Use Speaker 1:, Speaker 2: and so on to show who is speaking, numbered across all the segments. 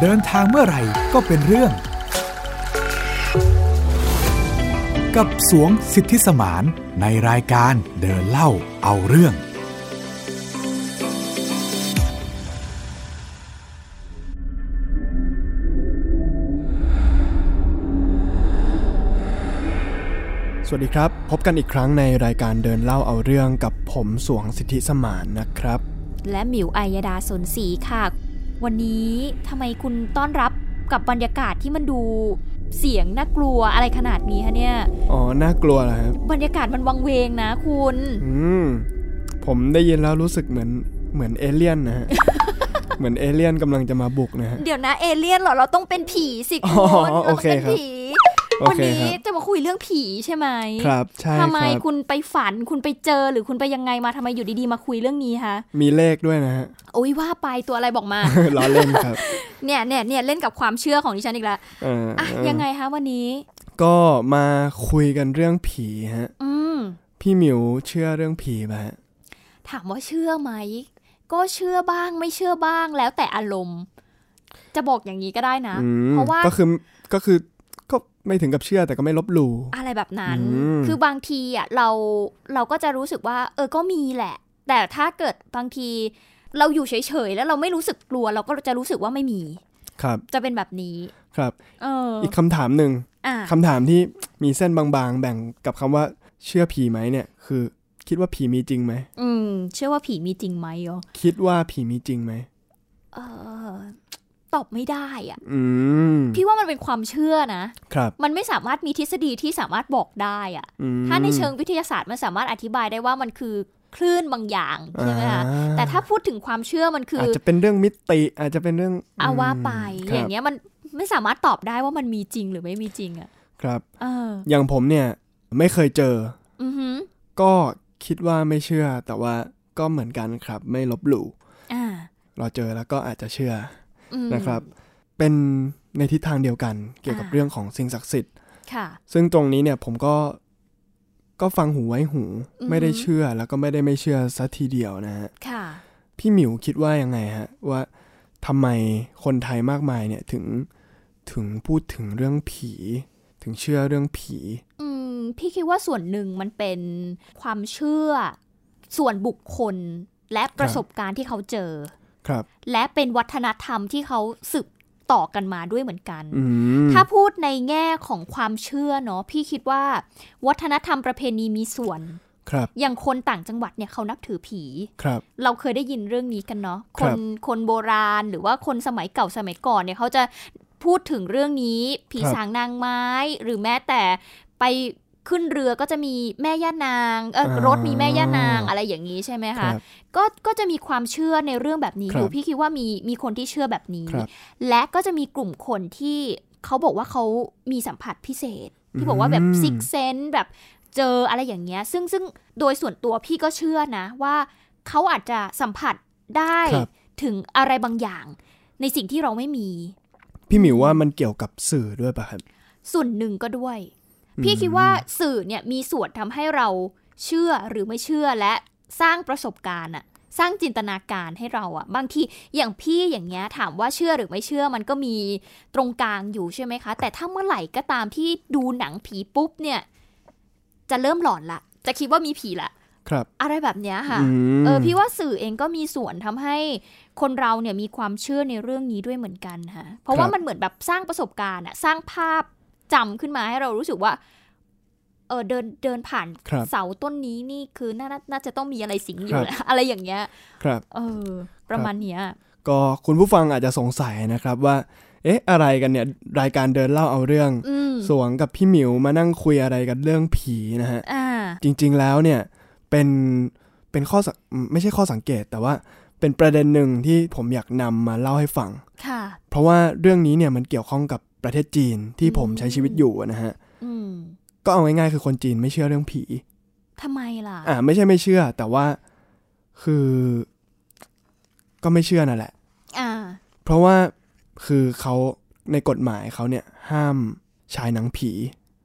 Speaker 1: เดินทางเมื่อไหร่ก็เป็นเรื่อง กับสวงสิทธิสมานในรายการเดินเล่าเอาเรื่อง
Speaker 2: สวัสดีครับ พบกันอีกครั้งในรายการเดินเล่าเอาเรื่องกับผมสวงสิทธิสมานนะครับ
Speaker 3: และหมิวอัยดาสนศรีค่ะ วันนี้ทำไมคุณต้อนรับกับบรรยากาศที่มันดูเสียงน่ากลัวอะไรขนาดนี้คะเนี่ย
Speaker 2: อ๋อ น่ากลัวเหรอครับ
Speaker 3: บรรยากาศมันวังเวงนะคุณ
Speaker 2: อืม ผมได้ยินแล้วรู้สึกเหมือนเหมือนเอเลี่ยนนะฮ ะ เหมือนเอเลี่ยนกำลังจะมาบุกนะฮะ
Speaker 3: เดี๋ยวนะเอเลี่ยนเหรอเราต้องเป็นผีสิคุณ
Speaker 2: อ๋อ
Speaker 3: เรา
Speaker 2: โอ
Speaker 3: ต้อง
Speaker 2: เค
Speaker 3: เป็น
Speaker 2: ครับ
Speaker 3: ผี
Speaker 2: โอ
Speaker 3: วัน
Speaker 2: เค
Speaker 3: นี้
Speaker 2: ครับ
Speaker 3: จะมาคุยเรื่องผีใช่ไหม
Speaker 2: ครับ ใช่
Speaker 3: ทำไม
Speaker 2: ครับ
Speaker 3: คุณไปฝันคุณไปเจอหรือคุณไปยังไงมาทำไมอยู่ดีๆมาคุยเรื่องนี้คะ
Speaker 2: มีเลขด้วยนะฮะ
Speaker 3: โอ้ยว่าไปตัวอะไรบอกมา
Speaker 2: ล้อเล่นครับ
Speaker 3: เนี่ยเนี่ยเนี่ยเล่นกับความเชื่อของดิฉั นอีกแล้ว
Speaker 2: เออ
Speaker 3: อ่ะ
Speaker 2: เออ
Speaker 3: ยังไงคะวันนี้
Speaker 2: ก็มาคุยกันเรื่องผีฮะ
Speaker 3: อืม
Speaker 2: พี่หมิวเชื่อเรื่องผีป่ะฮะ
Speaker 3: ถามว่าเชื่อไหม ก็เชื่อบ้างไม่เชื่อบ้างแล้วแต่อารมณ์ จะบอกอย่างนี้ก็ได้นะ
Speaker 2: อืม
Speaker 3: เพราะว่า
Speaker 2: ก็คือก็คือก็ไม่ถึงกับเชื่อแต่ก็ไม่ลบหลู่
Speaker 3: อะไรแบบนั้น
Speaker 2: อืม
Speaker 3: คือบางทีอ่ะเราเราก็จะรู้สึกว่า เออก็มีแหละ แต่ถ้าเกิดบางที เราอยู่เฉยๆแล้วเราไม่รู้สึกกลัว เราก็จะรู้สึกว่าไม่มี
Speaker 2: ครับ
Speaker 3: จะเป็นแบบนี้
Speaker 2: ครับ
Speaker 3: เออ
Speaker 2: อีกคำถามหนึ่ง
Speaker 3: อ่ะ
Speaker 2: คำถามที่มีเส้นบางๆ แบ่งกับคำว่าเชื่อผีไหมเนี่ย คือคิดว่าผีมีจริงไหม
Speaker 3: อืม เชื่อว่าผีมีจริงไหมอ๋อ
Speaker 2: คิดว่าผีมีจริงไหม
Speaker 3: เออตอบไม่ได้อ่ะ
Speaker 2: อืม
Speaker 3: พี่ว่ามันเป็นความเชื่อนะครับ มันไม่สามารถมีทฤษฎีที่สามารถบอกได้อ่ะ
Speaker 2: อืม
Speaker 3: ถ้าในเชิงวิทยาศาสตร์มันสามารถอธิบายได้ว่ามันคือคลื่นบางอย่าง
Speaker 2: อ่า
Speaker 3: ใช่ไหมคะแต่ถ้าพูดถึงความเชื่อมันคือ
Speaker 2: อาจจะเป็นเรื่องมิติ อาจจะเป็นเรื่อง
Speaker 3: อาว่าไป
Speaker 2: มครับ
Speaker 3: อย่างเงี้ยมันไม่สามารถตอบได้ว่ามันมีจริงหรือไม่มีจริงอะ
Speaker 2: ครับ
Speaker 3: เออ
Speaker 2: อย่างผมเนี่ยไม่เคยเจอ
Speaker 3: อือหือ
Speaker 2: ก็คิดว่าไม่เชื่อ แต่ว่าก็เหมือนกันครับ ไม่ลบหลู่
Speaker 3: อ่า
Speaker 2: เราเจอแล้วก็อาจจะเชื่อ
Speaker 3: อื
Speaker 2: อ
Speaker 3: ม
Speaker 2: นะครับ เป็นในทิศทางเดียวกันเกี่ยวกับเรื่องของสิ่งศักดิ์สิทธิ
Speaker 3: ค่ะ
Speaker 2: ซึ่งตรงนี้เนี่ยผมก็ก็ฟังหูไว้หู
Speaker 3: อือฮึ
Speaker 2: ไม่ได้เชื่อแล้วก็ไม่ได้ไม่เชื่อสัทีเดียวนะฮะ
Speaker 3: ค่ะ
Speaker 2: พี่หมิวคิดว่ายังไงฮะ ว่าทำไมคนไทยมากมายเนี่ยถึงถึงพูดถึงเรื่องผี ถึงเชื่อเรื่องผี
Speaker 3: อืมพี่คิดว่าส่วนหนึ่งมันเป็นความเชื่อ ส่วนบุคคลและประสบการณ์ที่เขาเจอ
Speaker 2: ครับ
Speaker 3: และเป็นวัฒนธรรมที่เขาสืบต่อกันมาด้วยเหมือนกัน
Speaker 2: อืม
Speaker 3: ถ้าพูดในแง่ของความเชื่อเนาะพี่คิดว่า วัฒนธรรมประเพณีมีส่วน
Speaker 2: ครับ
Speaker 3: อย่างคนต่างจังหวัดเนี่ยเขานับถือผี
Speaker 2: ครับ
Speaker 3: เราเคยได้ยินเรื่องนี้กันเนาะ
Speaker 2: ค
Speaker 3: ครับนคนโบราณหรือว่าคนสมัยเก่าสมัยก่อนเนี่ยเขาจะพูดถึงเรื่องนี้ ผี
Speaker 2: ครับ
Speaker 3: สางนางไม้ หรือแม้แต่ไปขึ้นเรือก็จะมีแม่ย่านางเออรถมีแม่ย่านางอะไรอย่างนี้ใช่ไหม
Speaker 2: ค
Speaker 3: คะ
Speaker 2: รับ
Speaker 3: ก็ก็จะมีความเชื่อในเรื่องแบบนี้
Speaker 2: ครั
Speaker 3: อบ ยู่พี่คิดว่ามีมีคนที่เชื่อแบบนี้
Speaker 2: ครับ
Speaker 3: และก็จะมีกลุ่มคนที่เขาบอกว่าเขามีสัมผัสพิเศษ
Speaker 2: อื
Speaker 3: ที่
Speaker 2: ม
Speaker 3: บอกว่าแบบซิกเซนแบบเจออะไรอย่างเงี้ย ซึ่งซึ่งโดยส่วนตัวพี่ก็เชื่อนะว่าเขาอาจจะสัมผัสได้
Speaker 2: ครับ
Speaker 3: ถึงอะไรบางอย่าง ในสิ่งที่เราไม่มี
Speaker 2: พี่หมิวว่ามันเกี่ยวกับสื่อด้วยป่ะครับ
Speaker 3: ส่วนหนึ่งก็ด้วย พี่คิดว่าสื่อเนี่ยมีส่วนทำให้เราเชื่อหรือไม่เชื่อและสร้างประสบการณ์อะสร้างจินตนาการให้เราอะบางทีอย่างพี่อย่างเงี้ยถามว่าเชื่อหรือไม่เชื่อมันก็มีตรงกลางอยู่ใช่ไหมคะ แต่ถ้าเมื่อไหร่ก็ตามที่ดูหนังผีปุ๊บเนี่ย จะเริ่มหลอนละ จะคิดว่ามีผีละ
Speaker 2: ครับ
Speaker 3: อะไรแบบเนี้ยค่ะ
Speaker 2: อืม
Speaker 3: เออพี่ว่าสื่อเองก็มีส่วนทำให้คนเราเนี่ยมีความเชื่อในเรื่องนี้ด้วยเหมือนกันค่ะเพราะว่ามันเหมือนแบบสร้างประสบการณ์อะสร้างภาพจำขึ้นมาให้เรารู้สึกว่าเออเดินเดินผ่าน
Speaker 2: ครับ
Speaker 3: เสาต้นนี้นี่คือน่าน่าน่าจะต้องมีอะไรสิง
Speaker 2: ค
Speaker 3: อ
Speaker 2: รั
Speaker 3: ยู่
Speaker 2: บ
Speaker 3: นะ อะไรอย่างเงี้ย
Speaker 2: ครับ
Speaker 3: เออ ประมาณเนี้ย
Speaker 2: ก็คุณผู้ฟังอาจจะสงสัยนะครับว่า เอ๊ะ อะไรกันเนี่ยรายการเดินเล่าเอาเรื่อง
Speaker 3: อืม
Speaker 2: สวงกับพี่หมิวมานั่งคุยอะไรกันเรื่องผีนะฮะ
Speaker 3: อ่า
Speaker 2: จริงๆแล้วเนี่ยเป็นเป็นข้อสังอืมไม่ใช่ข้อสังเกต แต่ว่าเป็นประเด็นหนึ่งที่ผมอยากนำมาเล่าให้ฟัง
Speaker 3: ค่ะ
Speaker 2: เพราะว่าเรื่องนี้เนี่ยมันเกี่ยวข้องกับประเทศจีนที่ผม
Speaker 3: อืม
Speaker 2: ใช้ชีวิตอยู่นะฮะ
Speaker 3: อืม
Speaker 2: ก็เอาง่ายๆคือคนจีนไม่เชื่อเรื่องผี
Speaker 3: ทำไมล่ะ
Speaker 2: อ่าไม่ใช่ไม่เชื่อ แต่ว่าคือ ก็ไม่เชื่อนั่นแหละ
Speaker 3: อ่า
Speaker 2: เพราะว่าคือเขาในกฎหมายเขาเนี่ยห้ามฉายหนังผี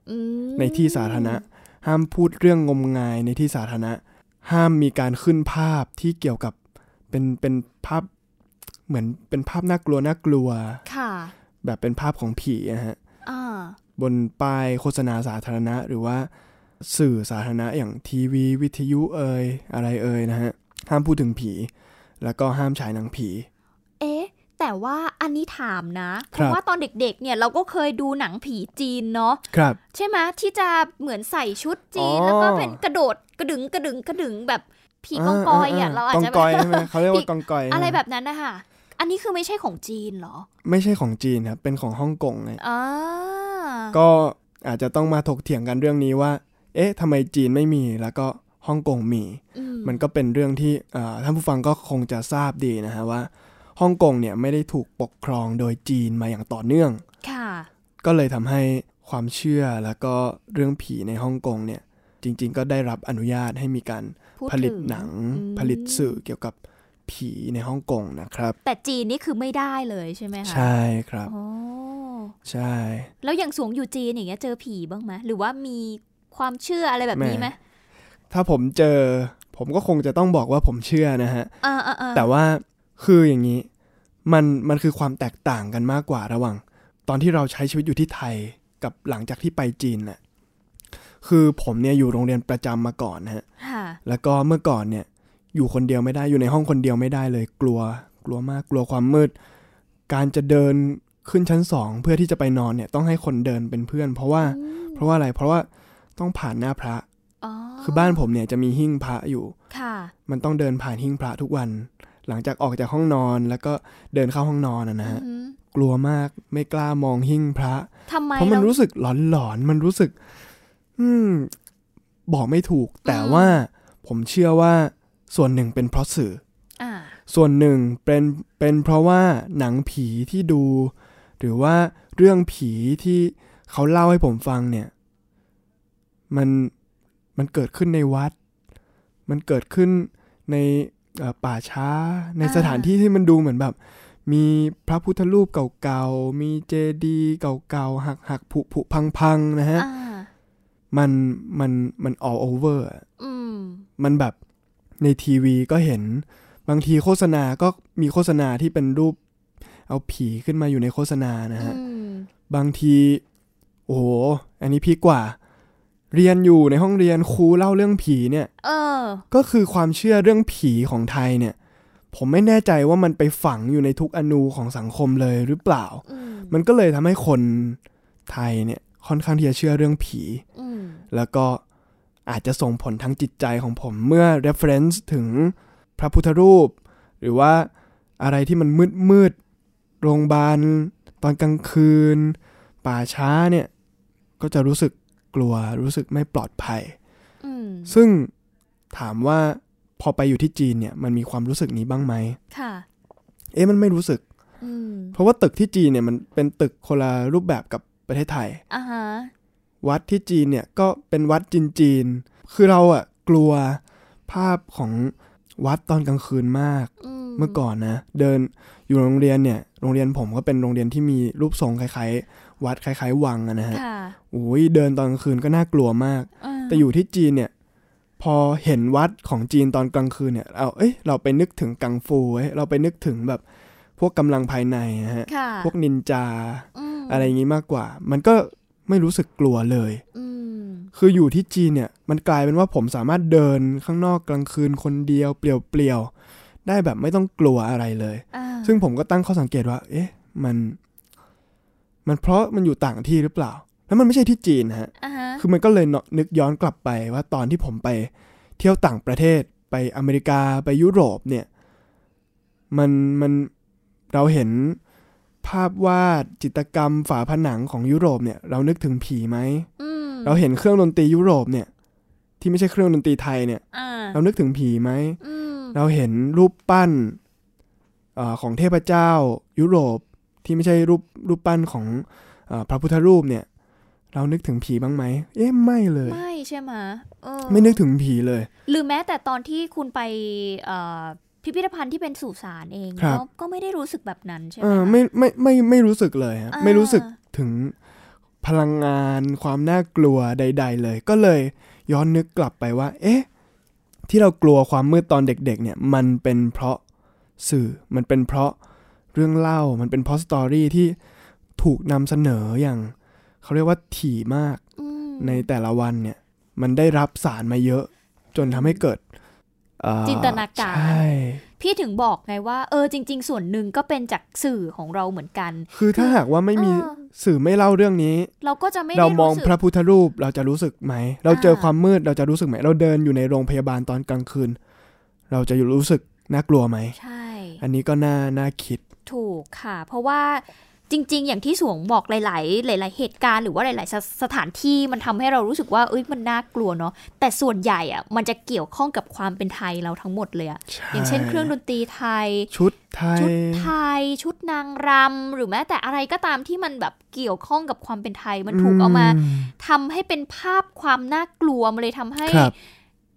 Speaker 3: อืม
Speaker 2: ในที่สาธารณะ ห้ามพูดเรื่องงมงายในที่สาธารณะ ห้ามมีการขึ้นภาพที่เกี่ยวกับเป็นเป็นภาพ เหมือนเป็นภาพน่ากลัวน่ากลัว
Speaker 3: ค่ะ
Speaker 2: แบบเป็นภาพของผีอะฮะ
Speaker 3: อ่า
Speaker 2: บนป้ายโฆษณาสาธารณะ หรือว่าสื่อสาธารณะอย่างทีวี วิทยุเอ่ยอะไรเอ่ยนะฮะ ห้ามพูดถึงผี แล้วก็ห้ามฉายหนังผี
Speaker 3: เอ๊ะ แต่ว่าอันนี้ถามนะ เพ
Speaker 2: ครับ
Speaker 3: ราะว่าตอนเด็กๆ เนี่ยเราก็เคยดูหนังผีจีนเนาะ
Speaker 2: ครับ
Speaker 3: ใช่ไหมที่จะเหมือนใส่ชุดจีน
Speaker 2: อ๋อ
Speaker 3: แล้วก็เป็นกระโดดกระดึงกระดึงกระดึงแบบผีกองกอยอ่ะเราอาจ
Speaker 2: กอง
Speaker 3: จะ
Speaker 2: กอย
Speaker 3: แบบ
Speaker 2: ใช่ไหมเขาเรียก
Speaker 3: ผี
Speaker 2: ว่ากองกอย
Speaker 3: อะไร
Speaker 2: ฮ
Speaker 3: แบบนั้นนะคะอันนี้คือไม่ใช่ของจีนเหรอ
Speaker 2: ไม่ใช่ของจีนครับ เป็นของฮ่องกงนะ
Speaker 3: อ่า
Speaker 2: ก็อาจจะต้องมาถกเถียงกันเรื่องนี้ว่า เอ๊ะทำไมจีนไม่มีแล้วก็ฮ่องกงมี
Speaker 3: อืม
Speaker 2: มันก็เป็นเรื่องที่เอ่อท่านผู้ฟังก็คงจะทราบดีนะฮะว่าฮ่องกงเนี่ยไม่ได้ถูกปกครองโดยจีนมาอย่างต่อเนื่อง
Speaker 3: ค่ะ
Speaker 2: ก็เลยทำให้ความเชื่อแล้วก็เรื่องผีในฮ่องกงเนี่ย จริง ๆ ก็ได้รับอนุญาตให้มีการ
Speaker 3: พูด
Speaker 2: ผลิต
Speaker 3: ถึง
Speaker 2: หนัง
Speaker 3: อืม
Speaker 2: ผลิตสื่อเกี่ยวกับผีในฮ่องกงนะครับ
Speaker 3: แต่จีนนี่คือไม่ได้เลยใช่ไหมคะ
Speaker 2: ใช่ครับ
Speaker 3: โอ้
Speaker 2: ใช่
Speaker 3: แล้วอย่างสวงอยู่จีนอย่างเงี้ยเจอผีบ้างไหมหรือว่ามีความเชื่ออะไรแบบนี้ไหม
Speaker 2: ถ้าผมเจอ ผมก็คงจะต้องบอกว่าผมเชื่อนะฮะ
Speaker 3: อ่าอ่าอ่า
Speaker 2: แต่ว่าคืออย่างนี้ มันมันคือความแตกต่างกันมากกว่าระหว่าง ตอนที่เราใช้ชีวิตอยู่ที่ไทยกับหลังจากที่ไปจีนน่ะคือผมเนี่ยอยู่โรงเรียนประจำมาก่อนนะฮะ
Speaker 3: ค่ะ
Speaker 2: แล้วก็เมื่อก่อนเนี่ยอยู่คนเดียวไม่ได้อยู่ในห้องคนเดียวไม่ได้เลยกลัว กลัวมากกลัวความมืด การจะเดินขึ้นชั้นสองเพื่อที่จะไปนอนเนี่ยต้องให้คนเดินเป็นเพื่อน เพราะว่า
Speaker 3: อืม
Speaker 2: เพราะว่าอะไรเพราะว่าต้องผ่านหน้าพระ
Speaker 3: อ๋อ
Speaker 2: คือบ้านผมเนี่ยจะมีหิ้งพระอยู่
Speaker 3: ค่ะ
Speaker 2: มันต้องเดินผ่านหิ้งพระทุกวัน หลังจากออกจากห้องนอนแล้วก็เดินเข้าห้องนอนอะนะฮะ
Speaker 3: อืม
Speaker 2: กลัวมากไม่กล้ามองหิ้งพระ
Speaker 3: ทำไม
Speaker 2: เพราะมัน
Speaker 3: เรา
Speaker 2: รู้สึกหลอนหลอนๆมันรู้สึก อืม บอกไม่ถูก แต่
Speaker 3: อืม
Speaker 2: ว่าผมเชื่อว่าส่วนหนึ่งเป็นเพราะสื่อ
Speaker 3: อ่า
Speaker 2: ส่วนหนึ่งเป็นเป็นเพราะว่าหนังผีที่ดู หรือว่าเรื่องผีที่เขาเล่าให้ผมฟังเนี่ย มันมันเกิดขึ้นในวัด มันเกิดขึ้นในเอ่อป่าช้า ในสถานที่ที่มันดูเหมือนแบบ มีพระพุทธรูปเก่าๆ มีเจดีย์เก่าๆ หักหักผุผุพังพังๆ นะฮะ
Speaker 3: อ่า
Speaker 2: มันมันมัน all over อะ
Speaker 3: อืม
Speaker 2: มันแบบในทีวีก็เห็นบางทีโฆษณาก็มีโฆษณาที่เป็นรูป เอาผีขึ้นมาอยู่ในโฆษณานะฮะ
Speaker 3: อืม
Speaker 2: บางที โอ้โห อันนี้พีคกว่า เรียนอยู่ในห้องเรียนครูเล่าเรื่องผีเนี่ย
Speaker 3: เออ
Speaker 2: ก็คือความเชื่อเรื่องผีของไทยเนี่ย ผมไม่แน่ใจว่ามันไปฝังอยู่ในทุกอนูของสังคมเลยหรือเปล่า
Speaker 3: อืม
Speaker 2: มันก็เลยทำให้คนไทยเนี่ยค่อนข้างที่จะเชื่อเรื่องผี
Speaker 3: อืม
Speaker 2: แล้วก็อาจจะส่งผลทางจิตใจของผมเมื่อ reference ถึงพระพุทธรูป หรือว่าอะไรที่มันมืดมืดๆโรงพยาบาลตอนกลางคืน ป่าช้าเนี่ย ก็จะรู้สึกกลัวรู้สึกไม่ปลอดภัย
Speaker 3: อืม
Speaker 2: ซึ่งถามว่าพอไปอยู่ที่จีนเนี่ยมันมีความรู้สึกนี้บ้างไหม
Speaker 3: ค่ะ
Speaker 2: เอ๊ะมันไม่รู้สึก
Speaker 3: อืม
Speaker 2: เพราะว่าตึกที่จีนเนี่ยมันเป็นตึกคนละรูปแบบกับประเทศไทย
Speaker 3: อ่าฮะ
Speaker 2: วัดที่จีนเนี่ยก็เป็นวัดจีนจีนๆคือเราอะกลัวภาพของวัดตอนกลางคืนมาก
Speaker 3: อืม
Speaker 2: เมื่อก่อนนะ เดินอยู่โรงเรียนเนี่ย โรงเรียนผมก็เป็นโรงเรียนที่มีรูปทรงคล้ายๆ วัดคล้ายๆ วังอะนะฮะ
Speaker 3: ค่ะ
Speaker 2: โอ้ยเดินตอนกลางคืนก็น่ากลัวมาก
Speaker 3: เออ
Speaker 2: แต่อยู่ที่จีนเนี่ย พอเห็นวัดของจีนตอนกลางคืนเนี่ยเอาเอ้ยเราไปนึกถึงกังฟูเว้ยเราไปนึกถึงแบบพวกกำลังภายในนะฮะ
Speaker 3: ค่ะ
Speaker 2: พวกนินจา
Speaker 3: ม
Speaker 2: อะไรอย่างงี้มากกว่า มันก็ไม่รู้สึกกลัวเลย
Speaker 3: อืม
Speaker 2: คืออยู่ที่จีนเนี่ยมันกลายเป็นว่าผมสามารถเดินข้างนอกกลางคืนคนเดียวเปลี่ยวๆ ได้แบบไม่ต้องกลัวอะไรเลย
Speaker 3: อ่า
Speaker 2: ซึ่งผมก็ตั้งข้อสังเกตว่า เอ๊ะมัน มันเพราะมันอยู่ต่างที่หรือเปล่า แล้วมันไม่ใช่ที่จีนนะฮะ
Speaker 3: อ่าฮะ
Speaker 2: คือมันก็เลยเนอะนึกย้อนกลับไปว่าตอนที่ผมไปเที่ยวต่างประเทศไปอเมริกาไปยุโรปเนี่ย มันมันเราเห็นภาพวาดจิตรกรรมฝาผนังของยุโรปเนี่ย เรานึกถึงผีไหม
Speaker 3: อืม
Speaker 2: เราเห็นเครื่องดนตรียุโรปเนี่ย ที่ไม่ใช่เครื่องดนตรีไทยเนี่ย
Speaker 3: อ่า
Speaker 2: เรานึกถึงผีไหม
Speaker 3: อืม
Speaker 2: เราเห็นรูปปั้นเออของเทพเจ้ายุโรปที่ไม่ใช่รูปรูปปั้นของเออพระพุทธรูปเนี่ย เรานึกถึงผีบ้างไหม เอ๊ะไม่เลย
Speaker 3: ไม่ใช่ไหมเออ
Speaker 2: ไม่นึกถึงผีเลย
Speaker 3: หรือแม้แต่ตอนที่คุณไปเอ่อพิพิธภัณฑ์ที่เป็นสุสานเอง
Speaker 2: ครับ
Speaker 3: ก็ก็ไม่ได้รู้สึกแบบนั้นใช่ไห
Speaker 2: เอ
Speaker 3: ม
Speaker 2: อ
Speaker 3: คะ
Speaker 2: ไม่ไม่ไม่ไม่ไม่รู้สึกเลยฮะ
Speaker 3: อ่า
Speaker 2: ไม่รู้สึกถึงพลังงานความน่ากลัวใด ๆ เลย ก็เลยย้อนนึกกลับไปว่า เอ๊ะ ที่เรากลัวความมืดตอนเด็ก ๆ เนี่ย มันเป็นเพราะสื่อมันเป็นเพราะ เรื่องเล่ามันเป็นพอสตอรี่ที่ถูกนำเสนออย่างเขาเรียกว่าถี่มาก
Speaker 3: อืม
Speaker 2: ในแต่ละวันเนี่ย มันได้รับสารมาเยอะ จนทำให้เกิดเอ่อ
Speaker 3: จินตนาการ
Speaker 2: ใช่
Speaker 3: พี่ถึงบอกไงว่าเออจริง ๆ ส่วนหนึ่งก็เป็นจากสื่อของเราเหมือนกัน
Speaker 2: คือถ้าหากว่าไม่มี
Speaker 3: เออ
Speaker 2: สื่อไม่เล่าเรื่องนี้
Speaker 3: เราก็จะไม่ได้
Speaker 2: เรามอง
Speaker 3: สึก
Speaker 2: พระพุทธรูปเราจะรู้สึกไหม เราเจอ
Speaker 3: อ่า
Speaker 2: ความมืดเราจะรู้สึกไหม เราเดินอยู่ในโรงพยาบาลตอนกลางคืน เราจะรู้สึกน่ากลัวไหม
Speaker 3: ใช่
Speaker 2: อันนี้ก็น่าน่าคิด
Speaker 3: ถูกค่ะ เพราะว่าจริง ๆ อย่างที่สวงบอกหลาย ๆ หลาย ๆ เหตุการณ์หรือว่าหลาย ๆ สสถานที่มันทำให้เรารู้สึกว่าเอ้ยมันน่ากลัวเนาะแต่ส่วนใหญ่อะมันจะเกี่ยวข้องกับความเป็นไทยเราทั้งหมดเลยอะอย่างเช่นเครื่องดนตรีไทย
Speaker 2: ชุดไทย
Speaker 3: ชุดไทยชุดนางรำหรือแม้แต่อะไรก็ตามที่มันแบบเกี่ยวข้องกับความเป็นไทยมันถูกเอามาทำให้เป็นภาพความน่ากลัวมันเลยทำให้
Speaker 2: ครับ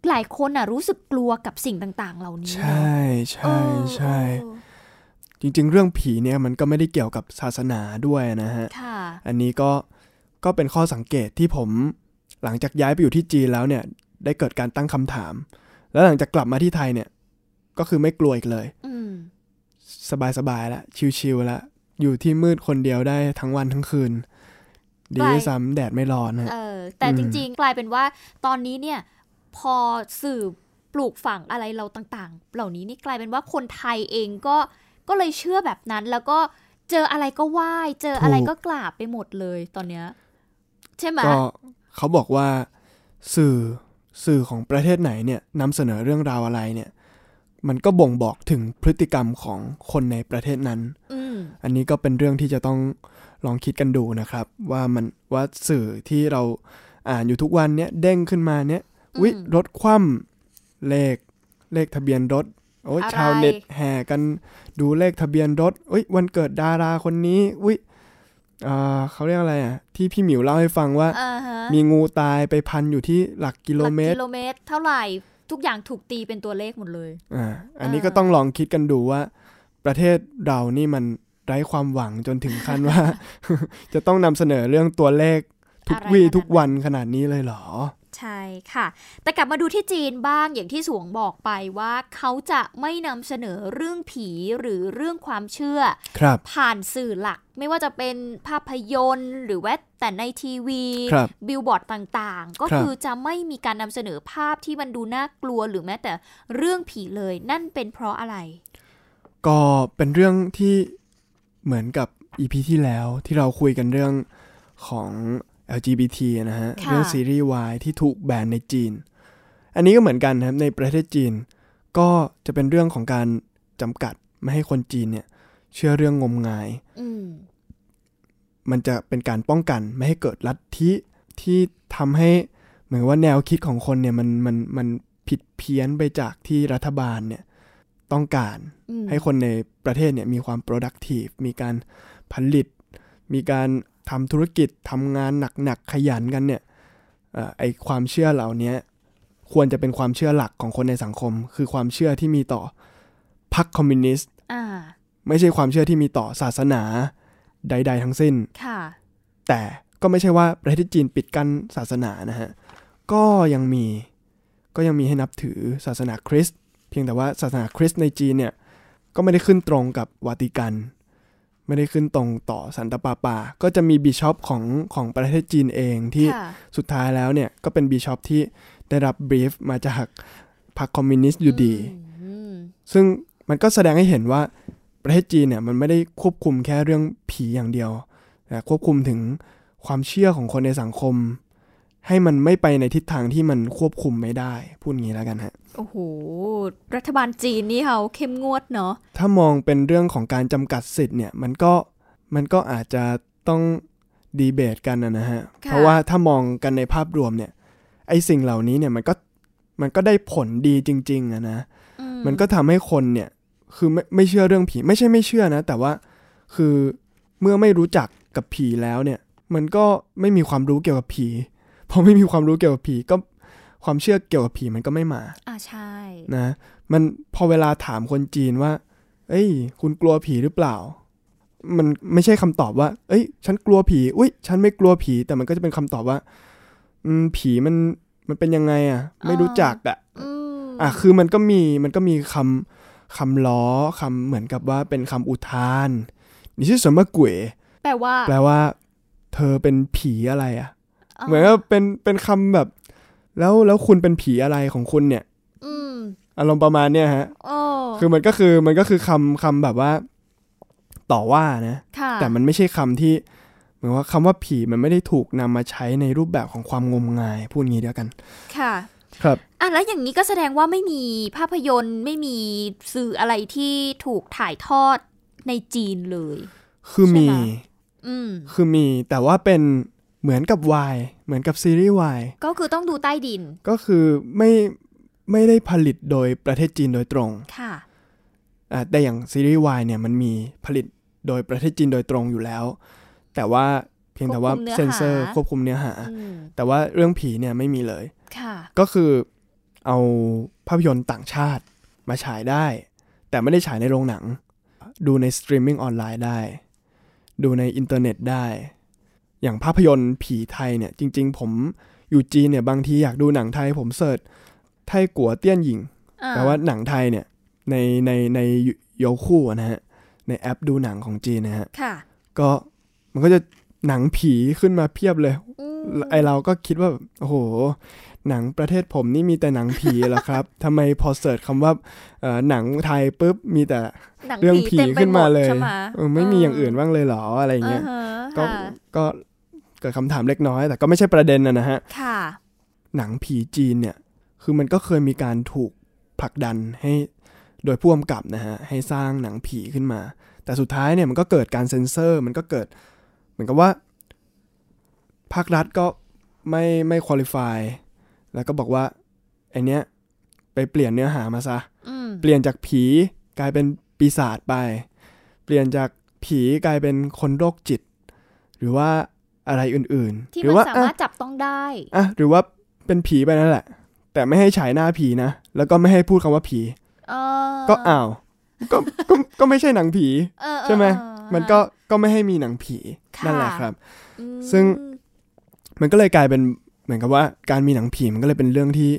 Speaker 3: หลายคนอ่ะรู้สึกกลัวกับสิ่งต่าง ๆ เหล่านี้
Speaker 2: ใช
Speaker 3: เนอะ
Speaker 2: ่
Speaker 3: เอ
Speaker 2: ใช่
Speaker 3: อ
Speaker 2: ใช่
Speaker 3: เออ
Speaker 2: จริง ๆ เรื่องผีเนี่ยมันก็ไม่ได้เกี่ยวกับศาสนาด้วยนะฮะ
Speaker 3: ค่ะ
Speaker 2: อันนี้ก็ก็เป็นข้อสังเกตที่ผมหลังจากย้ายไปอยู่ที่จีนแล้วเนี่ย ได้เกิดการตั้งคำถาม แล้วหลังจากกลับมาที่ไทยเนี่ย ก็คือไม่กลัวอีกเลย
Speaker 3: อืม
Speaker 2: สบายสบายๆละชิวๆละอยู่ที่มืดคนเดียวได้ทั้งวันทั้งคืน ดีด้วยซ้ำแดดไม่ร้อนฮะ
Speaker 3: เออแต่
Speaker 2: อืม
Speaker 3: จริง ๆ กลายเป็นว่าตอนนี้เนี่ย พอสื่อปลูกฝังอะไรเราต่างๆ เหล่านี้นี่กลายเป็นว่าคนไทยเองก็ก็เลยเชื่อแบบนั้นแล้วก็เจออะไรก็ไหว้เจออะไรก็กราบไปหมดเลยตอนเนี้ยใช่ไหม
Speaker 2: ก็เขาบอกว่าสื่อสื่อของประเทศไหนเนี่ยนำเสนอเรื่องราวอะไรเนี่ย มันก็บ่งบอกถึงพฤติกรรมของคนในประเทศนั้น
Speaker 3: อืม
Speaker 2: อันนี้ก็เป็นเรื่องที่จะต้องลองคิดกันดูนะครับ ว่ามันว่าสื่อที่เราอ่านอยู่ทุกวันเนี่ยเด้งขึ้นมาเนี่ยวิรถคว่ำเลขเลขทะเบียนรถโอ้ยชาวเน็ตแห่กันดูเลขทะเบียนรถอุ้ยวันเกิดดาราคนนี้อุ้ยเอ่อเขาเรียกอะไรอ่ะที่พี่หมิวเล่าให้ฟังว่า
Speaker 3: อ่าฮะ
Speaker 2: มีงูตายไปพันอยู่ที่หลักกิโล
Speaker 3: หลัก
Speaker 2: เมต
Speaker 3: กิ
Speaker 2: ร
Speaker 3: โลเมตรเท่าไหร่ทุกอย่างถูกตีเป็นตัวเลขหมดเลย
Speaker 2: อ่าอันนี้
Speaker 3: เออ
Speaker 2: ก็ต้องลองคิดกันดูว่า ประเทศเรานี่มันไร้ความหวังจนถึงขั้นว่า จะต้องนำเสนอเรื่องตัวเลขทุก
Speaker 3: อะไร
Speaker 2: วี่
Speaker 3: ขนาด
Speaker 2: ทุกวันขนาดนี้เลยเหรอ
Speaker 3: ใช่ค่ะ แต่กลับมาดูที่จีนบ้างอย่างที่สวงบอกไปว่าเขาจะไม่นำเสนอเรื่องผีหรือเรื่องความเชื่อ
Speaker 2: ครับ
Speaker 3: ผ่านสื่อหลัก ไม่ว่าจะเป็นภาพยนตร์หรือแว่าแต่ในทีวี
Speaker 2: ครับ
Speaker 3: บิลบอร์ดต่างๆ ก็
Speaker 2: ครับ
Speaker 3: คือจะไม่มีการนำเสนอภาพที่มันดูน่ากลัวหรือแม้แต่เรื่องผีเลยนั่นเป็นเพราะอะไร
Speaker 2: ก็เป็นเรื่องที่เหมือนกับ EP ที่แล้วที่เราคุยกันเรื่องของ LGBT นะฮะ
Speaker 3: ค่ะ
Speaker 2: เรื่องซีรีส์วายที่ถูกแบนในจีน อันนี้ก็เหมือนกันนะครับในประเทศจีน ก็จะเป็นเรื่องของการจำกัดไม่ให้คนจีนเนี่ย เชื่อเรื่องงมงาย
Speaker 3: อืม
Speaker 2: มันจะเป็นการป้องกันไม่ให้เกิดลัทธิที่ทำให้เหมือนว่าแนวคิดของคนเนี่ยมันมันมันผิดเพี้ยนไปจากที่รัฐบาลเนี่ยต้องการ
Speaker 3: อืม
Speaker 2: ให้คนในประเทศเนี่ยมีความ productive มีการผลิต มีการทำธุรกิจทำงานหนักๆ ขยันกันเนี่ยเอ่อไอความเชื่อเหล่านี้ควรจะเป็นความเชื่อหลักของคนในสังคม คือความเชื่อที่มีต่อพรรคคอมมิวนิสต์
Speaker 3: อ่า
Speaker 2: ไม่ใช่ความเชื่อที่มีต่อศาสนาใด ๆ ทั้งสิ้น
Speaker 3: ค่ะ
Speaker 2: แต่ก็ไม่ใช่ว่าประเทศจีนปิดกั้นศาสนานะฮะ ก็ยังมีก็ยังมีให้นับถือศาสนาคริสต์เพียงแต่ว่าศาสนาคริสต์ในจีนเนี่ย ก็ไม่ได้ขึ้นตรงกับวาติกัน ไม่ได้ขึ้นตรงต่อสันตะปาปา ก็จะมีบิชอปของของประเทศจีนเองที่
Speaker 3: ค่ะ
Speaker 2: สุดท้ายแล้วเนี่ย ก็เป็นบิชอปที่ได้รับบรีฟมาจากพรรคคอมมิวนิสต์อยู่ดี
Speaker 3: อืม
Speaker 2: ซึ่งมันก็แสดงให้เห็นว่าประเทศจีนเนี่ยมันไม่ได้ควบคุมแค่เรื่องผีอย่างเดียวแต่ควบคุมถึงความเชื่อของคนในสังคม ให้มันไม่ไปในทิศทางที่มันควบคุมไม่ได้ พูดงี้แล้วกันฮะ
Speaker 3: โอ้โห รัฐบาลจีนนี่เขาเข้มงวดเนาะ
Speaker 2: ถ้ามองเป็นเรื่องของการจำกัดสิทธิ์เนี่ยมันก็มันก็อาจจะต้องดีเบตกันนะนะฮะ
Speaker 3: ค่ะ
Speaker 2: เพราะว่าถ้ามองกันในภาพรวมเนี่ยไอ้สิ่งเหล่านี้เนี่ยมันก็มันก็ได้ผลดีจริงๆอะนะ
Speaker 3: อื
Speaker 2: มันก็ทำให้คนเนี่ยคือไม่ไม่เชื่อเรื่องผี ไม่ใช่ไม่เชื่อนะ แต่ว่าคือเมื่อไม่รู้จักกับผีแล้วเนี่ย มันก็ไม่มีความรู้เกี่ยวกับผีพอไม่มีความรู้เกี่ยวกับผีก็ความเชื่อเกี่ยวกับผีมันก็ไม่มา
Speaker 3: อ่าใช่
Speaker 2: นะมันพอเวลาถามคนจีนว่า เอ้ย คุณกลัวผีหรือเปล่า มันไม่ใช่คำตอบว่า เอ้ย ฉันกลัวผีอุ้ยฉันไม่กลัวผี แต่มันก็จะเป็นคำตอบว่า อืมผีมันมันเป็นยังไงอะ่ะ ไม่รู้จักอ่ะ
Speaker 3: อืม
Speaker 2: อ่ะคือมันก็มีมันก็มีคำ คำล้อคำเหมือนกับว่าเป็นคำอุทานนี่ชื่อสมกุย
Speaker 3: แปลว่า
Speaker 2: แปลว่า เธอเป็นผีอะไรอะ
Speaker 3: อ่า
Speaker 2: เหมือนกับเป็นเป็นคำแบบ แล้วแล้วคุณเป็นผีอะไรของคุณเนี่ย
Speaker 3: อืม
Speaker 2: อารมณ์ประมาณเนี้ยฮะ
Speaker 3: โอ้
Speaker 2: คือมันก็คือมันก็คือคำคำแบบว่า ต่อว่านะ
Speaker 3: ค่ะ
Speaker 2: แต่มันไม่ใช่คำที่เหมือนว่าคำว่าผีมันไม่ได้ถูกนำมาใช้ในรูปแบบของความงมงาย พูดงี้เดียวกัน
Speaker 3: ค่ะ
Speaker 2: ครับ
Speaker 3: อ่ะแล้วอย่างนี้ก็แสดงว่าไม่มีภาพยนตร์ไม่มีสื่ออะไรที่ถูกถ่ายทอดในจีนเลย
Speaker 2: คือมี
Speaker 3: ใช่ไหม อืม
Speaker 2: คือมีแต่ว่าเป็นเหมือนกับวายเหมือนกับซีรีส์วาย
Speaker 3: ก็คือต้องดูใต้ดิน
Speaker 2: ก็คือไม่ไม่ได้ผลิตโดยประเทศจีนโดยตรง
Speaker 3: ค่ะ
Speaker 2: อ่ะแต่อย่างซีรีส์วายเนี่ยมันมีผลิตโดยประเทศจีนโดยตรงอยู่แล้ว แต่ว่าเพียงแต่ว่า
Speaker 3: ควบคุม
Speaker 2: เซ็
Speaker 3: เนื้อหา
Speaker 2: นเซอร์ควบคุมเนื้อหา
Speaker 3: อืม
Speaker 2: แต่ว่าเรื่องผีเนี่ยไม่มีเลย
Speaker 3: ค่ะ
Speaker 2: ก็คือเอาภาพยนตร์ต่างชาติมาฉายได้ แต่ไม่ได้ฉายในโรงหนัง ดูในสตรีมมิ่งออนไลน์ได้ ดูในอินเทอร์เน็ตได้ อย่างภาพยนตร์ผีไทยเนี่ย จริง ๆ ผมอยู่จีนเนี่ย บางทีอยากดูหนังไทยผมเสิร์ชไทยกัวเตี้ยนหญิง
Speaker 3: อ่
Speaker 2: แปลว่าหนังไทยเนี่ย ในในในโยคู่นะฮะ ในแอปดูหนังของจีนนะฮะ
Speaker 3: ค่ะ
Speaker 2: ก็มันก็จะหนังผีขึ้นมาเพียบเลย
Speaker 3: อืม
Speaker 2: ไอเราก็คิดว่าแบบโอ้โห หนังประเทศผมนี่มีแต่หนังผีเหรอครับ ทำไมพอเสิร์ชคำว่าเอ่อหนังไทยปุ๊บมีแต่
Speaker 3: หนัง
Speaker 2: เรื่องผี
Speaker 3: ต็ไป
Speaker 2: ขึ้นมา
Speaker 3: หด
Speaker 2: เลย
Speaker 3: ใช่ไหม
Speaker 2: เออไม่มีอย่างอื่นบ้างเลยเหรออะไรอย่างเงี้ย
Speaker 3: าฮะ
Speaker 2: ก็
Speaker 3: ค่ะ
Speaker 2: ก็เกิดคำถามเล็กน้อย แต่ก็ไม่ใช่ประเด็นนะนะฮะ
Speaker 3: ค่ะ
Speaker 2: หนังผีจีนเนี่ย คือมันก็เคยมีการถูกผลักดันให้โดยพ่วมกับนะฮะ ให้สร้างหนังผีขึ้นมา แต่สุดท้ายเนี่ยมันก็เกิดการเซ็นเซอร์ มันก็เกิด เหมือนกับว่า ภาครัฐก็ไม่ไม่คุริฟายแล้วก็บอกว่าไอเนี้ยไปเปลี่ยนเนื้อหามาซะ
Speaker 3: อืม
Speaker 2: เปลี่ยนจากผีกลายเป็นปีศาจไป เปลี่ยนจากผีกลายเป็นคนโรคจิต หรือว่าอะไรอื่นๆ
Speaker 3: ที่
Speaker 2: หรื
Speaker 3: มัน
Speaker 2: ว่า
Speaker 3: สา
Speaker 2: อ่ะ
Speaker 3: มารถจับต้องได้
Speaker 2: อ่ะหรือว่าเป็นผีไปนั่นแหละ แต่ไม่ให้ฉายหน้าผีนะ แล้วก็ไม่ให้พูดคำว่าผี
Speaker 3: เออ
Speaker 2: ก็อ้าวก็ก็ก็ไม่ใช่หนังผี
Speaker 3: เออเออ
Speaker 2: ใช่ไหม
Speaker 3: เออ
Speaker 2: มันก็ก็ไม่ให้มีหนังผีนั่นแหละ
Speaker 3: ค่ะ
Speaker 2: ครับ
Speaker 3: อืม
Speaker 2: ซึ่ง มันก็เลยกลายเป็นเหมือนกับว่าการมีหนังผีมันก็เลยเป็นเรื่องที่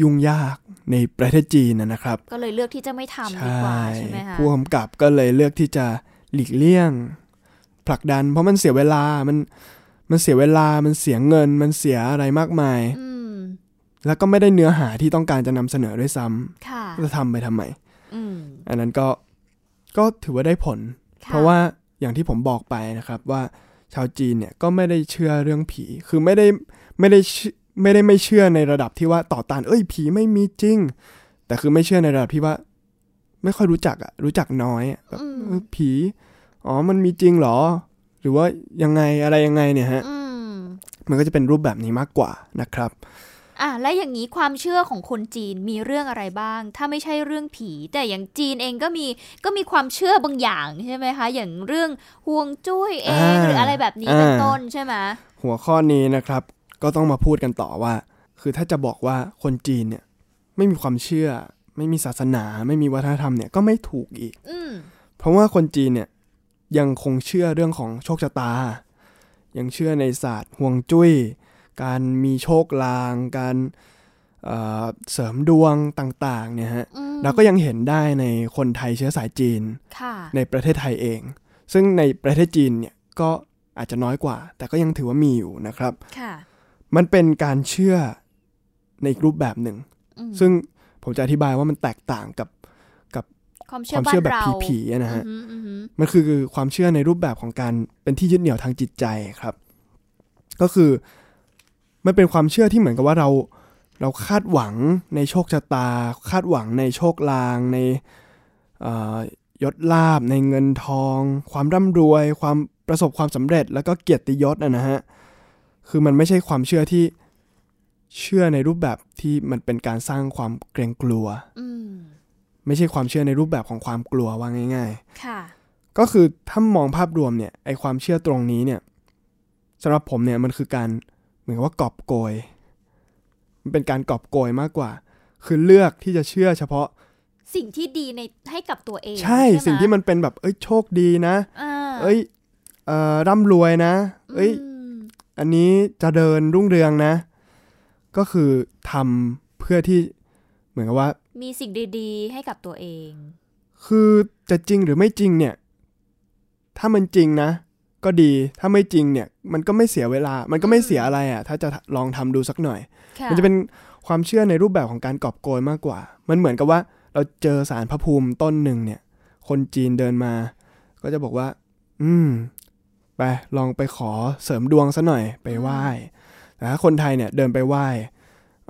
Speaker 2: ยุ่งยากในประเทศจีนนะนะครับ
Speaker 3: ก็เลยเลือกที่จะไม่ทำดี
Speaker 2: ใช่
Speaker 3: กว่าใช่ไหมคะ
Speaker 2: ผู้กำกับก็เลยเลือกที่จะหลีกเลี่ยง ผลักดัน เพราะมันเสียเวลามันมันเสียเวลามันเสียเงิน มันเสียอะไรมากมาย
Speaker 3: อืม
Speaker 2: แล้วก็ไม่ได้เนื้อหาที่ต้องการจะนำเสนอด้วยซ้ำ
Speaker 3: ค่ะ
Speaker 2: จะทำไปทำไม
Speaker 3: อืม
Speaker 2: อันนั้นก็ก็ถือว่าได้ผล
Speaker 3: ค่
Speaker 2: เพราะว่าอย่างที่ผมบอกไปนะครับว่าชาวจีนเนี่ยก็ไม่ได้เชื่อเรื่องผี คือไม่ได้ไม่ได้เชื่อไม่ได้ไม่เชื่อในระดับที่ว่าต่อต้านเอ้ยผีไม่มีจริง แต่คือไม่เชื่อในระดับที่ว่า ไม่ค่อยรู้จักอะรู้จักน้อยอะแบบ
Speaker 3: อืม
Speaker 2: เออผีอ๋อมันมีจริงเหรอ หรือว่ายังไงอะไรยังไงเนี่ยฮะ
Speaker 3: อืม
Speaker 2: มันก็จะเป็นรูปแบบนี้มากกว่านะครับ
Speaker 3: อ่ะแล้วอย่างนี้ความเชื่อของคนจีนมีเรื่องอะไรบ้าง ถ้าไม่ใช่เรื่องผี แต่อย่างจีนเองก็มีก็มีความเชื่อบางอย่างใช่ไหมคะ อย่างเรื่องห่วงจุ้ยเอง
Speaker 2: อ่า
Speaker 3: หรืออะไรแบบนี้เป็น
Speaker 2: อ่า
Speaker 3: ต้นใช่ไหม
Speaker 2: หัวข้อนี้นะครับก็ต้องมาพูดกันต่อว่า คือถ้าจะบอกว่าคนจีนเนี่ยไม่มีความเชื่อ ไม่มีศาสนา ไม่มีวัฒนธรรมเนี่ยก็ไม่ถูกอีก
Speaker 3: อืม
Speaker 2: เพราะว่าคนจีนเนี่ยยังคงเชื่อเรื่องของโชคชะตา ยังเชื่อในศาสตร์ห่วงจุ้ย การมีโชคลาง การเอ่อเสริมดวงต่างๆเนี่ยฮะ
Speaker 3: อืม
Speaker 2: เราก็ยังเห็นได้ในคนไทยเชื้อสายจีน
Speaker 3: ค่ะ
Speaker 2: ในประเทศไทยเอง ซึ่งในประเทศจีนเนี่ยก็อาจจะน้อยกว่า แต่ก็ยังถือว่ามีอยู่นะครับ
Speaker 3: ค่ะ
Speaker 2: มันเป็นการเชื่อในอีกรูปแบบหนึ่ง
Speaker 3: อืม
Speaker 2: ซึ่งผมจะอธิบายว่ามันแตกต่างกับ
Speaker 3: ความ
Speaker 2: ค
Speaker 3: เชื่อ
Speaker 2: วาม
Speaker 3: บ้า
Speaker 2: เชื่อน แบบ
Speaker 3: เรา
Speaker 2: ผีๆอะนะฮะ
Speaker 3: อืมอืมอืม
Speaker 2: มันคือความเชื่อในรูปแบบของการเป็นที่ยึดเหนี่ยวทางจิตใจครับ ก็คือมันเป็นความเชื่อที่เหมือนกับว่าเราเราคาดหวังในโชคชะตา คาดหวังในโชคลาง ในเอ่อยศลาบ ในเงินทอง ความร่ำรวย ความประสบความสำเร็จ แล้วก็เกียรติยศนะนะฮะคือมันไม่ใช่ความเชื่อที่เชื่อในรูปแบบที่มันเป็นการสร้างความเกรงกลัว
Speaker 3: อืม
Speaker 2: ไม่ใช่ความเชื่อในรูปแบบของความกลัวว่าง่าย ๆ
Speaker 3: ค่ะ
Speaker 2: ก็คือถ้ามองภาพรวมเนี่ยไอความเชื่อตรงนี้เนี่ยสำหรับผมเนี่ยมันคือการเหมือนกับว่ากอบโกย มันเป็นการกอบโกยมากกว่า คือเลือกที่จะเชื่อเฉพาะ
Speaker 3: สิ่งที่ดีในให้กับตัวเอง
Speaker 2: ใช่
Speaker 3: ไห
Speaker 2: สิ่งที่มันเป็นแบบเอ้ยโชคดีนะ
Speaker 3: อ่า
Speaker 2: เอ้ยเอ่อร่ำรวยนะ เอ้ย
Speaker 3: ม
Speaker 2: อันนี้เจะเดินรุ่งเรืองนะ ก็คือทำเพื่อที่เหมือนกับว่า
Speaker 3: มีสิ่งดี ๆ ให้กับตัวเอง
Speaker 2: คือจะจริงหรือไม่จริงเนี่ย ถ้ามันจริงนะ ก็ดีถ้าไม่จริงเนี่ย มันก็ไม่เสียเวลา มันก็ไม่เสียอะไรอะ่ะ ถ้าจะลองทำดูสักหน่อย
Speaker 3: ค่ะ
Speaker 2: มันจะเป็นความเชื่อในรูปแบบของการกอบโกยมากกว่า มันเหมือนกับว่า เราเจอสารพระภูมิต้นหนึ่งเนี่ย คนจีนเดินมา ก็จะบอกว่า อืม ไปลองไปขอเสริมดวงซะหน่อยไปไหว้แต่ถ้าคนไทยเนี่ยเดินไปไหว้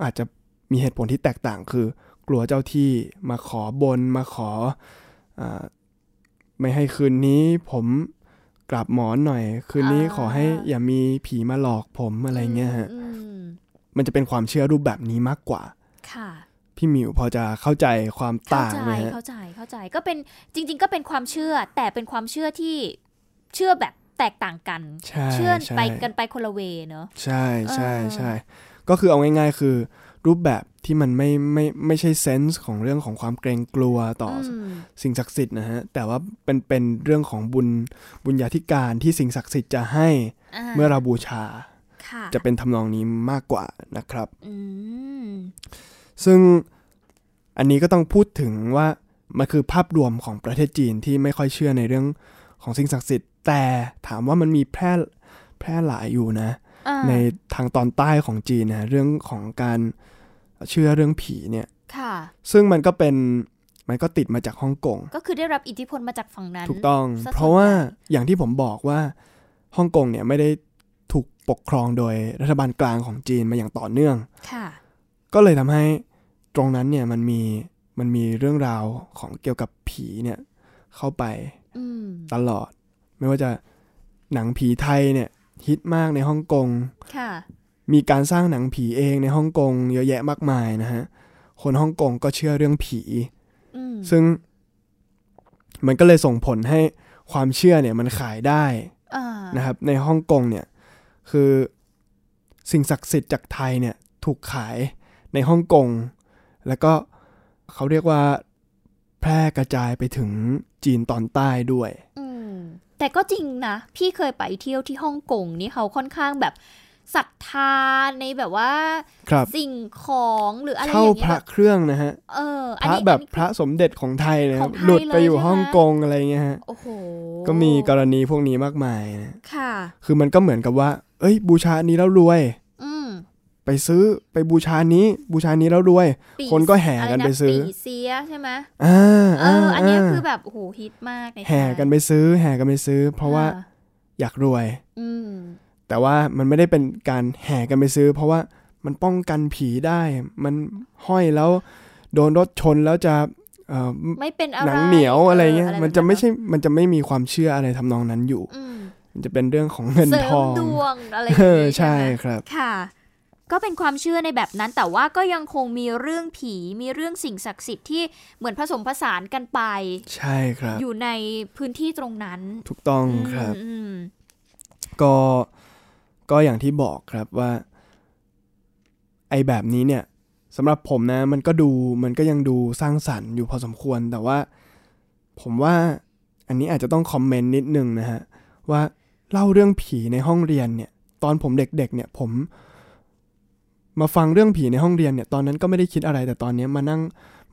Speaker 2: อาจจะมีเหตุผลที่แตกต่างคือ กลัวเจ้าที่มาขอบนมาขออาไม่ให้คืนนี้ ผมกลับหมอนหน่อย คืนนี้ขอให้อย่ามีผีมาหลอกผมอะไรเงี้ยฮะ
Speaker 3: อืม
Speaker 2: มันจะเป็นความเชื่อรูปแบบนี้มากกว่า
Speaker 3: ค่ะ
Speaker 2: พี่หมิวพอจะเข้าใจความ
Speaker 3: เข้า
Speaker 2: ต่าง
Speaker 3: ใจ
Speaker 2: ไหมฮะ
Speaker 3: เข้าใจเข้าใจก็เป็นจริง ๆ ก็เป็นความเชื่อ แต่เป็นความเชื่อที่เชื่อแบบแตกต่างกัน
Speaker 2: ใช่
Speaker 3: เชื่อ
Speaker 2: ใช่
Speaker 3: ไปกันไปคนละเวเนอะ
Speaker 2: ใช่ใช่
Speaker 3: เออ
Speaker 2: ใช่ก็คือเอาง่ายๆ คือรูปแบบที่มันไม่ไม่ไม่ใช่เซนส์ของเรื่องของความเกรงกลัวต่ออ
Speaker 3: ม
Speaker 2: สิ่งศักดิ์สิทธิ์นะฮะ แต่ว่าเป็นเป็นเรื่องของบุญบุญญาธิการที่สิ่งศักดิ์สิทธิ์จะให้
Speaker 3: า
Speaker 2: เมื่อเราบูชา
Speaker 3: ค่ะ
Speaker 2: จะเป็นทำนองนี้มากกว่านะครับ
Speaker 3: อืม
Speaker 2: ซึ่งอันนี้ก็ต้องพูดถึงว่ามันคือภาพรวมของประเทศจีนที่ไม่ค่อยเชื่อในเรื่องของสิ่งศักดิ์สิทธิ์ แต่ถามว่ามันมีแพร่แพร่หลายอยู่นะ
Speaker 3: อ่า
Speaker 2: ในทางตอนใต้ของจีนนะเรื่องของการเชื่อเรื่องผีเนี่ย
Speaker 3: ค่ะ
Speaker 2: ซึ่งมันก็เป็นมันก็ติดมาจากฮ่องกง
Speaker 3: ก็คือได้รับอิทธิพลมาจากฝั่งนั้น
Speaker 2: ถูกต้อง
Speaker 3: ซะส่วน
Speaker 2: เพราะว่า
Speaker 3: ใหญ่
Speaker 2: อย่างที่ผมบอกว่าฮ่องกงเนี่ยไม่ได้ถูกปกครองโดยรัฐบาลกลางของจีนมาอย่างต่อเนื่อง
Speaker 3: ค่ะ
Speaker 2: ก็เลยทำให้ตรงนั้นเนี่ยมันมีมันมีเรื่องราวของเกี่ยวกับผีเนี่ยเข้าไป
Speaker 3: อืม
Speaker 2: ตลอด ไม่ว่าจะหนังผีไทยเนี่ยฮิตมากในฮ่องกง
Speaker 3: ค่ะ
Speaker 2: มีการสร้างหนังผีเองในฮ่องกงเยอะแยะมากมายนะฮะ คนฮ่องกงก็เชื่อเรื่องผี
Speaker 3: อืม
Speaker 2: ซึ่งมันก็เลยส่งผลให้ความเชื่อเนี่ยมันขายได้
Speaker 3: อ่า
Speaker 2: นะครับ ในฮ่องกงเนี่ยคือสิ่งศักดิ์สิทธิ์จากไทยเนี่ยถูกขายในฮ่องกง แล้วก็เขาเรียกว่าแพร่กระจายไปถึงจีนตอนใต้ด้วย
Speaker 3: อืมแต่ก็จริงนะ พี่เคยไปเที่ยวที่ฮ่องกงนี่เขาค่อนข้างแบบศรัทธาในแบบว่า
Speaker 2: ครับ
Speaker 3: สิ่งของหรืออะไรอ
Speaker 2: เช่า
Speaker 3: ย่าง
Speaker 2: พ
Speaker 3: เงี้ย
Speaker 2: ระ
Speaker 3: แบบ
Speaker 2: เครื่องนะฮะ
Speaker 3: เออ
Speaker 2: พ
Speaker 3: อัน
Speaker 2: ระ
Speaker 3: นี้
Speaker 2: แบบ
Speaker 3: อันนี้
Speaker 2: พระสมเด็จของไทยนะครับ
Speaker 3: ของไทย
Speaker 2: หลุดไปอยู่
Speaker 3: เลยใช่ไหม
Speaker 2: ฮ่องกงอะไรเงี้ยฮะ
Speaker 3: โอ้โห
Speaker 2: ก็มีกรณีพวกนี้มากมายนะ
Speaker 3: ค่ะ
Speaker 2: คือมันก็เหมือนกับว่า เอ้ย บูชาอันนี้แล้วรวย
Speaker 3: อืม
Speaker 2: ไปซื้อไปบูชานี้ บูชานี้แล้วรวย
Speaker 3: ปี
Speaker 2: คนก็แห่กัน
Speaker 3: อะระ
Speaker 2: ไปซื้อ
Speaker 3: ปีเสียใช่ไหม
Speaker 2: อ่า
Speaker 3: เอออันเนี้ยคือ
Speaker 2: อ
Speaker 3: แบบโอ้โหฮิตมากในไทย
Speaker 2: แห่กันไปซื้อ แห่กันไปซื้อ เพราะว่า
Speaker 3: อ่
Speaker 2: อยากรวย
Speaker 3: อืม
Speaker 2: แต่ว่ามันไม่ได้เป็นการแห่กันไปซื้อ เพราะว่ามันป้องกันผีได้ มันห้อยแล้ว โดนรถชนแล้วจะเอ่อ
Speaker 3: ไม่เป็นอะไร
Speaker 2: หนังเหนียวอะไรเงี้ย
Speaker 3: แบบ
Speaker 2: มันจะไม่ใช่ มันจะไม่มีความเชื่ออะไรทำนองนั้นอยู่
Speaker 3: อืม
Speaker 2: มันจะเป็นเรื่องของเงิน
Speaker 3: เสริ
Speaker 2: ท
Speaker 3: ม
Speaker 2: อง
Speaker 3: ดวงอะไรอย่าง
Speaker 2: เออ
Speaker 3: งี้
Speaker 2: ใช่
Speaker 3: ไหม
Speaker 2: ครับ
Speaker 3: ค่ะ ก็เป็นความเชื่อในแบบนั้น แต่ว่าก็ยังคงมีเรื่องผีมีเรื่องสิ่งศักดิ์สิทธิ์ที่เหมือนผสมผสานกันไป
Speaker 2: ใช่ครับ
Speaker 3: อยู่ในพื้นที่ตรงนั้น
Speaker 2: ถูกต้อง
Speaker 3: อืม
Speaker 2: ครับ
Speaker 3: อืม
Speaker 2: ก็ก็อย่างที่บอกครับว่า ไอแบบนี้เนี่ยสำหรับผมนะ มันก็ดูมันก็ยังดูสร้างสรรค์อยู่พอสมควร แต่ว่า ผมว่าอันนี้อาจจะต้องคอมเมนต์นิดนึงนะฮะ ว่าเล่าเรื่องผีในห้องเรียนเนี่ย ตอนผมเด็กๆเนี่ย ผม มาฟังเรื่องผีในห้องเรียนเนี่ย ตอนนั้นก็ไม่ได้คิดอะไร แต่ตอนเนี้ยมานั่ง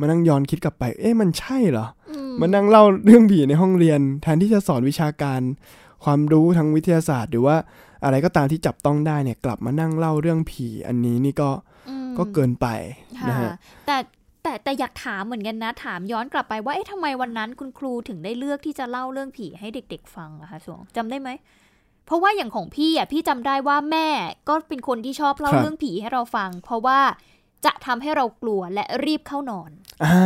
Speaker 2: มานั่งย้อนคิดกลับไป เอ๊ะมันใช่เหรอ
Speaker 3: อืม
Speaker 2: มานั่งเล่าเรื่องผีในห้องเรียน แทนที่จะสอนวิชาการ ความรู้ทางวิทยาศาสตร์ หรือว่าอะไรก็ตามที่จับต้องได้เนี่ยกลับมานั่งเล่าเรื่องผีอันนี้นี่ก็
Speaker 3: อืม
Speaker 2: ก็เกินไปนะ
Speaker 3: ค่ะ
Speaker 2: ฮะ
Speaker 3: แต่แต่แต่อยากถามเหมือนกันนะ ถามย้อนกลับไปว่าเอ๊ะทำไมวันนั้นคุณครูถึงได้เลือกที่จะเล่าเรื่องผีให้เด็ก ๆ ฟังอะคะสวงจำได้ไหมเพราะว่าอย่างของพี่อะพี่จำได้ว่าแม่ก็เป็นคนที่ชอบเล่าเรื่องผีให้เราฟัง เพราะว่าจะทำให้เรากลัวและรีบเข้านอน
Speaker 2: อ่า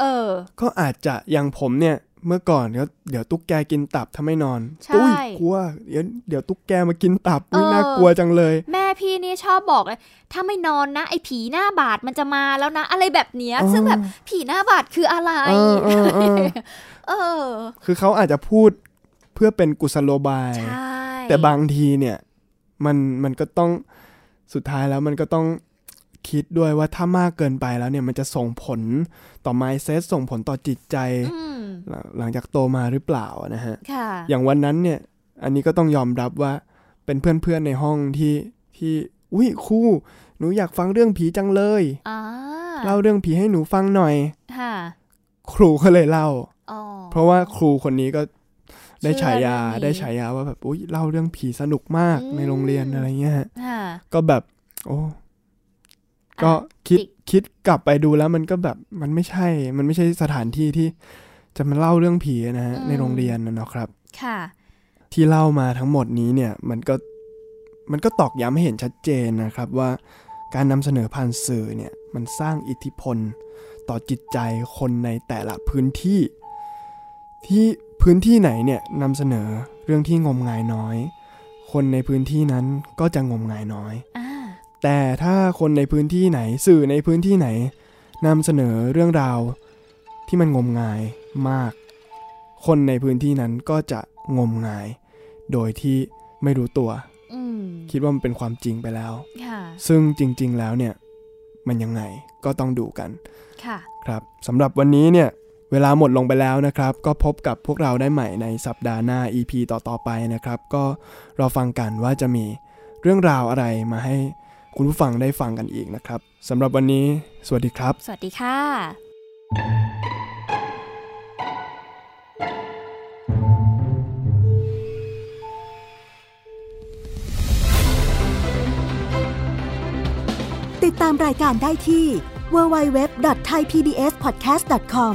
Speaker 3: เออ
Speaker 2: ก็อาจจะอย่างผมเนี่ยเมื่อก่อนก็เดี๋ยวตุ๊กแกกินตับถ้าไม่นอน
Speaker 3: ใช่
Speaker 2: อุ้ยกลัวเดี๋ยวเดี๋ยวตุ๊กแกมากินตับอุ้ย
Speaker 3: เออ
Speaker 2: น่ากลัวจังเลย
Speaker 3: แม่พี่นี่ชอบบอกเลยถ้าไม่นอนนะ ไอ้ผีหน้าบาดมันจะมาแล้วนะ อะไรแบบเนี้ย
Speaker 2: อ๋อ
Speaker 3: ซึ่งแบบผีหน้าบาดคืออะไร
Speaker 2: เออเออเออ
Speaker 3: เออ
Speaker 2: คือเขาอาจจะพูดเพื่อเป็นกุศโลบาย
Speaker 3: ใช่
Speaker 2: แต่บางทีเนี่ยมันมันก็ต้องสุดท้ายแล้วมันก็ต้องคิดด้วยว่าถ้ามากเกินไปแล้วเนี่ยมันจะส่งผลต่อ mindset ส่งผลต่อจิตใจ
Speaker 3: อืม
Speaker 2: หลังหลังจากโตมาหรือเปล่านะฮะ
Speaker 3: ค่ะ
Speaker 2: อย่างวันนั้นเนี่ยอันนี้ก็ต้องยอมรับว่าเป็นเพื่อนๆในห้องที่ที่อุ้ยครูหนูอยากฟังเรื่องผีจังเลย
Speaker 3: อ่า
Speaker 2: เล่าเรื่องผีให้หนูฟังหน่อย
Speaker 3: ค่ะ
Speaker 2: ครูก็เลยเล่า
Speaker 3: อ๋อ
Speaker 2: เพราะว่าครูคนนี้ก็ได้ฉายา
Speaker 3: เชื่อเรื่องนี้
Speaker 2: ได้ฉายาว่าแบบอุ้ยเล่าเรื่องผีสนุกมาก
Speaker 3: อืม
Speaker 2: ในโรงเรียนอะไรเงี้ยฮะ
Speaker 3: อ่า
Speaker 2: ก็แบบ โอ้ก็คิด
Speaker 3: จิก
Speaker 2: คิดกลับไปดูแล้วมันก็แบบมันไม่ใช่ มันไม่ใช่สถานที่ที่จะมาเล่าเรื่องผีนะฮะในโรงเรียนนะเนาะครับ
Speaker 3: ค่ะ
Speaker 2: ที่เล่ามาทั้งหมดนี้เนี่ยมันก็มันก็ตอกย้ำให้เห็นชัดเจนนะครับว่าการนำเสนอผ่านสื่อเนี่ยมันสร้างอิทธิพลต่อจิตใจคนในแต่ละพื้นที่ ที่พื้นที่ไหนเนี่ยนำเสนอเรื่องที่งมงายน้อย คนในพื้นที่นั้นก็จะงมงายน้อย
Speaker 3: อ่า
Speaker 2: แต่ถ้าคนในพื้นที่ไหนสื่อในพื้นที่ไหนนำเสนอเรื่องราวที่มันงมงายมาก คนในพื้นที่นั้นก็จะงมงาย โดยที่ไม่รู้ตัว
Speaker 3: อืม
Speaker 2: คิดว่ามันเป็นความจริงไปแล้ว
Speaker 3: ค่ะ
Speaker 2: ซึ่งจริง ๆ แล้วเนี่ยมันยังไงก็ต้องดูกัน
Speaker 3: ค่ะ
Speaker 2: ครับสำหรับวันนี้เนี่ยเวลาหมดลงไปแล้วนะครับ ก็พบกับพวกเราได้ใหม่ในสัปดาห์หน้า EP ต่อๆไปนะครับ ก็รอฟังกันว่าจะมีเรื่องราวอะไรมาให้คุณผู้ฟังได้ฟังกันอีกนะครับสำหรับวันนี้ สวัสดีครับ
Speaker 3: สวัสดีค่ะ
Speaker 4: ติดตามรายการได้ที่ www.thaipbspodcast.com